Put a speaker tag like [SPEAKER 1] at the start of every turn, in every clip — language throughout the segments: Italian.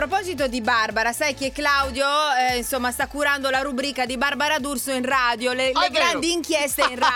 [SPEAKER 1] proposito di Barbara, sai che Claudio, eh, insomma, sta curando la rubrica di Barbara D'Urso in radio, le,
[SPEAKER 2] Ah,
[SPEAKER 1] le
[SPEAKER 2] è vero.
[SPEAKER 1] grandi inchieste in radio.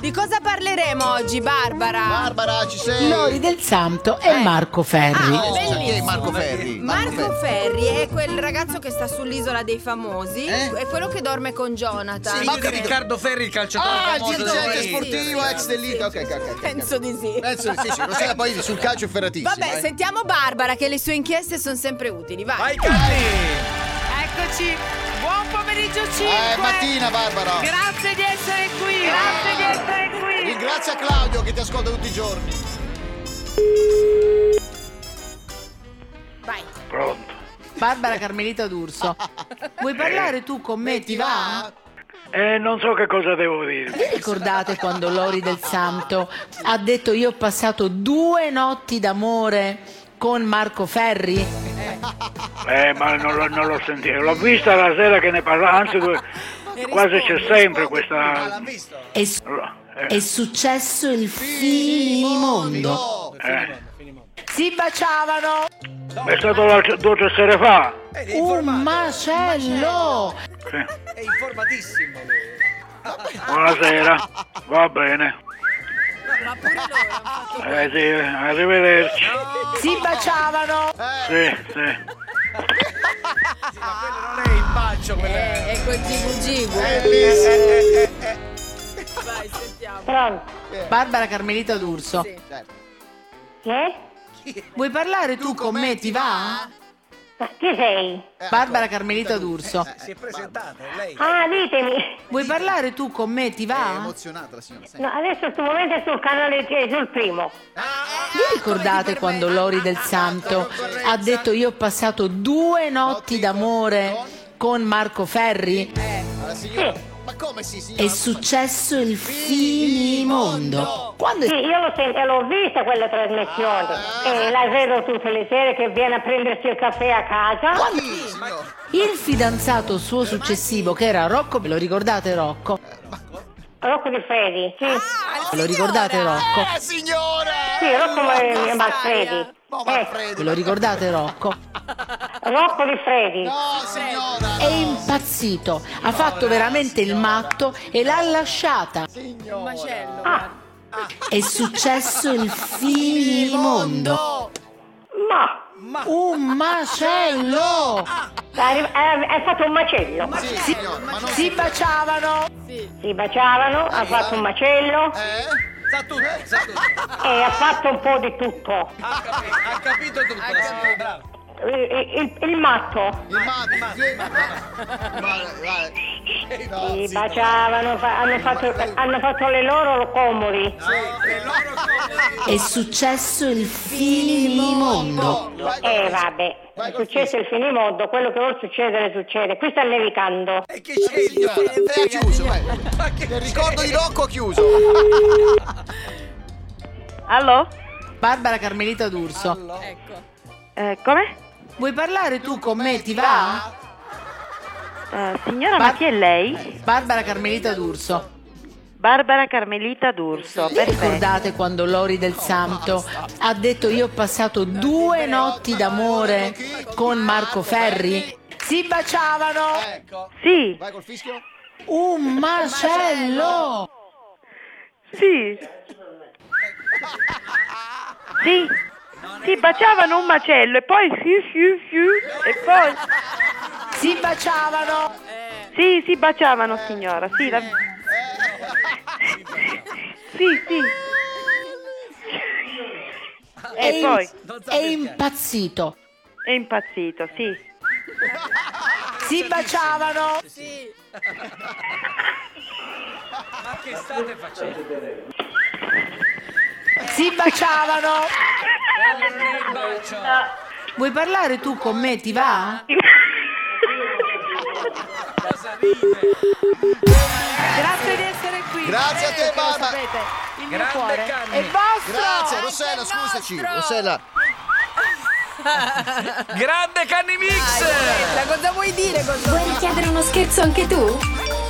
[SPEAKER 1] di cosa parleremo oggi, Barbara?
[SPEAKER 2] Barbara, ci sei?
[SPEAKER 3] Lori del Santo e
[SPEAKER 1] Eh.
[SPEAKER 3] Marco Ferri.
[SPEAKER 1] Ah,
[SPEAKER 2] Chi è
[SPEAKER 1] bellissimo.
[SPEAKER 2] Marco Ferri.
[SPEAKER 1] Marco Ferri è quel ragazzo che sta sull'isola dei famosi,
[SPEAKER 2] Eh?
[SPEAKER 1] è quello che dorme con Jonathan.
[SPEAKER 4] Sì,
[SPEAKER 2] Ma
[SPEAKER 4] io di
[SPEAKER 2] capito.
[SPEAKER 4] Riccardo Ferri, il calciatore
[SPEAKER 2] Ah, il
[SPEAKER 4] famoso
[SPEAKER 2] dirigente
[SPEAKER 4] dell'Inter.
[SPEAKER 2] sportivo, ex dell'Inter. Ok, ok, ok, ok.
[SPEAKER 1] Penso di sì.
[SPEAKER 2] Penso sì, sì, lo sai, poi sul calcio è ferratissimo.
[SPEAKER 1] Vabbè,
[SPEAKER 2] eh.
[SPEAKER 1] sentiamo Barbara che le sue inchieste sono sempre utili, vai.
[SPEAKER 4] Vai Cali!
[SPEAKER 5] Eccoci, buon pomeriggio 5.
[SPEAKER 2] Eh, mattina, Barbara.
[SPEAKER 5] Grazie di essere qui, grazie di essere qui.
[SPEAKER 2] Ringrazia Claudio che ti ascolta tutti i giorni.
[SPEAKER 1] Vai.
[SPEAKER 6] Pronto?
[SPEAKER 3] Barbara Carmelita D'Urso. Vuoi parlare tu con me? Ti va?
[SPEAKER 6] Eh, non so che cosa devo dirvi.
[SPEAKER 3] Vi ricordate quando Lori del Santo ha detto io ho passato due notti d'amore con Marco Ferri?
[SPEAKER 6] Eh, ma non, lo- non l'ho sentito. L'ho vista la sera che ne parla, anzi due- quasi c'è sempre
[SPEAKER 2] Eh,
[SPEAKER 6] questa...
[SPEAKER 3] È, su- è
[SPEAKER 6] Eh,
[SPEAKER 3] successo il finimondo.
[SPEAKER 6] eh.
[SPEAKER 3] Si baciavano
[SPEAKER 6] È stato l'altro- due o tre sere fa.
[SPEAKER 3] un macello.
[SPEAKER 6] Sì. Buonasera, va bene.
[SPEAKER 1] Ma pure loro hanno fatto-
[SPEAKER 6] Eh sì, arrivederci.
[SPEAKER 3] Si baciavano.
[SPEAKER 6] Sì, sì.
[SPEAKER 1] Eh, ecco il gibu gibu. Vai, sentiamo.
[SPEAKER 7] Pronto?
[SPEAKER 3] Barbara Carmelita D'Urso.
[SPEAKER 1] Sì.
[SPEAKER 7] Che?
[SPEAKER 3] Vuoi parlare tu con me? Ti va? Eh, ecco.
[SPEAKER 7] Ma chi sei?
[SPEAKER 2] Eh,
[SPEAKER 3] Barbara
[SPEAKER 2] ecco,
[SPEAKER 3] Carmelita D'Urso.
[SPEAKER 4] Ah, Si è presentata, lei.
[SPEAKER 7] Ah, ditemi.
[SPEAKER 3] Vuoi parlare tu con me? Ti
[SPEAKER 2] È
[SPEAKER 3] va?
[SPEAKER 2] emozionata la signora. Ah, senti.
[SPEAKER 7] No, adesso in questo momento è sul canale 3, sul primo.
[SPEAKER 3] Vi ricordate quando Lori del Santo ha detto io ho passato due notti d'amore con Marco Ferri?
[SPEAKER 2] Alla signora. Ma come sì, signora?
[SPEAKER 3] È successo il finimondo. Quando
[SPEAKER 7] Sì, io l'ho, sen- l'ho vista quella trasmissione e la vedo tutte le sere che viene a prendersi il caffè a casa.
[SPEAKER 2] Sì, signora.
[SPEAKER 3] il fidanzato suo successivo, che era Rocco, ve lo ricordate Rocco?
[SPEAKER 7] Rocco di Freddy, sì.
[SPEAKER 1] Ah,
[SPEAKER 3] Ve lo ricordate
[SPEAKER 1] signora!
[SPEAKER 3] Rocco?
[SPEAKER 2] Eh, signora!
[SPEAKER 7] Sì, Rocco eh,
[SPEAKER 1] Bassaia.
[SPEAKER 7] Ma- Manfredi.
[SPEAKER 2] Oh,
[SPEAKER 7] Eh,
[SPEAKER 2] Manfredi.
[SPEAKER 3] Ve lo ricordate Rocco?
[SPEAKER 7] Rocco di Freddy.
[SPEAKER 2] No, signora.
[SPEAKER 3] È impazzito, ha fatto veramente il matto e l'ha lasciata.
[SPEAKER 1] Un macello.
[SPEAKER 3] È successo il finimondo.
[SPEAKER 7] Ma
[SPEAKER 3] Un macello!
[SPEAKER 7] arri- eh, è fatto un macello.
[SPEAKER 2] Sì, signora, ma non
[SPEAKER 3] Si baciavano!
[SPEAKER 7] Si baciavano, ha fatto un macello
[SPEAKER 2] Eh?
[SPEAKER 4] Sa tutto, sa tutto.
[SPEAKER 7] e ha fatto un po' di tutto.
[SPEAKER 4] Ha capito, ha capito tutto. la signora, brava.
[SPEAKER 7] Il- il- il matto.
[SPEAKER 2] Il matto. sì. Guarda, guarda. No,
[SPEAKER 7] Si
[SPEAKER 2] signora.
[SPEAKER 7] baciavano, fa- hanno, fatto, hanno fatto le loro comodi.
[SPEAKER 3] È successo il finimondo.
[SPEAKER 7] Eh vabbè, è successo il finimondo, quello che vuol succedere succede. Qui sta nevicando.
[SPEAKER 4] E che c'è?
[SPEAKER 2] Signora, te ha chiuso, vai.
[SPEAKER 4] Ma che
[SPEAKER 2] Il ricordo di Rocco ha chiuso.
[SPEAKER 8] Allo?
[SPEAKER 3] Barbara Carmelita D'Urso.
[SPEAKER 1] Ecco.
[SPEAKER 8] Eh, come?
[SPEAKER 3] Vuoi parlare tu con me? Ti va?
[SPEAKER 8] Eh, signora,
[SPEAKER 3] Ba-
[SPEAKER 8] ma chi è lei?
[SPEAKER 3] Barbara Carmelita D'Urso.
[SPEAKER 8] Barbara Carmelita D'Urso.
[SPEAKER 3] Vi
[SPEAKER 8] Perfetto.
[SPEAKER 3] ricordate quando Lori del Santo ha detto io ho passato due notti d'amore con Marco Ferri? Si baciavano!
[SPEAKER 2] Ecco.
[SPEAKER 8] Sì,
[SPEAKER 2] Vai col fischio.
[SPEAKER 3] Un macello!
[SPEAKER 8] sì. Sì. Si baciavano un macello e poi sì, sì, sì, e poi
[SPEAKER 3] Si baciavano!
[SPEAKER 8] sì, si baciavano signora, sì, la- sì, sì. E poi
[SPEAKER 3] È impazzito!
[SPEAKER 8] è impazzito, sì.
[SPEAKER 3] Si baciavano!
[SPEAKER 4] Ma che state facendo?
[SPEAKER 3] Si baciavano!
[SPEAKER 4] Il bacio.
[SPEAKER 3] Vuoi parlare tu con me? Ti va?
[SPEAKER 4] Cosa dite?
[SPEAKER 5] Grazie di essere qui.
[SPEAKER 2] Grazie a te,
[SPEAKER 5] Eh, Lo
[SPEAKER 2] Barbara.
[SPEAKER 5] sapete, il mio
[SPEAKER 4] Grande
[SPEAKER 5] cuore
[SPEAKER 4] Carmi.
[SPEAKER 5] è vostro.
[SPEAKER 2] Grazie, Rossella, scusaci. Rossella.
[SPEAKER 4] Grande Canni Mix!
[SPEAKER 1] Eh, La cosa vuoi dire con
[SPEAKER 9] Vuoi richiedere uno scherzo anche tu?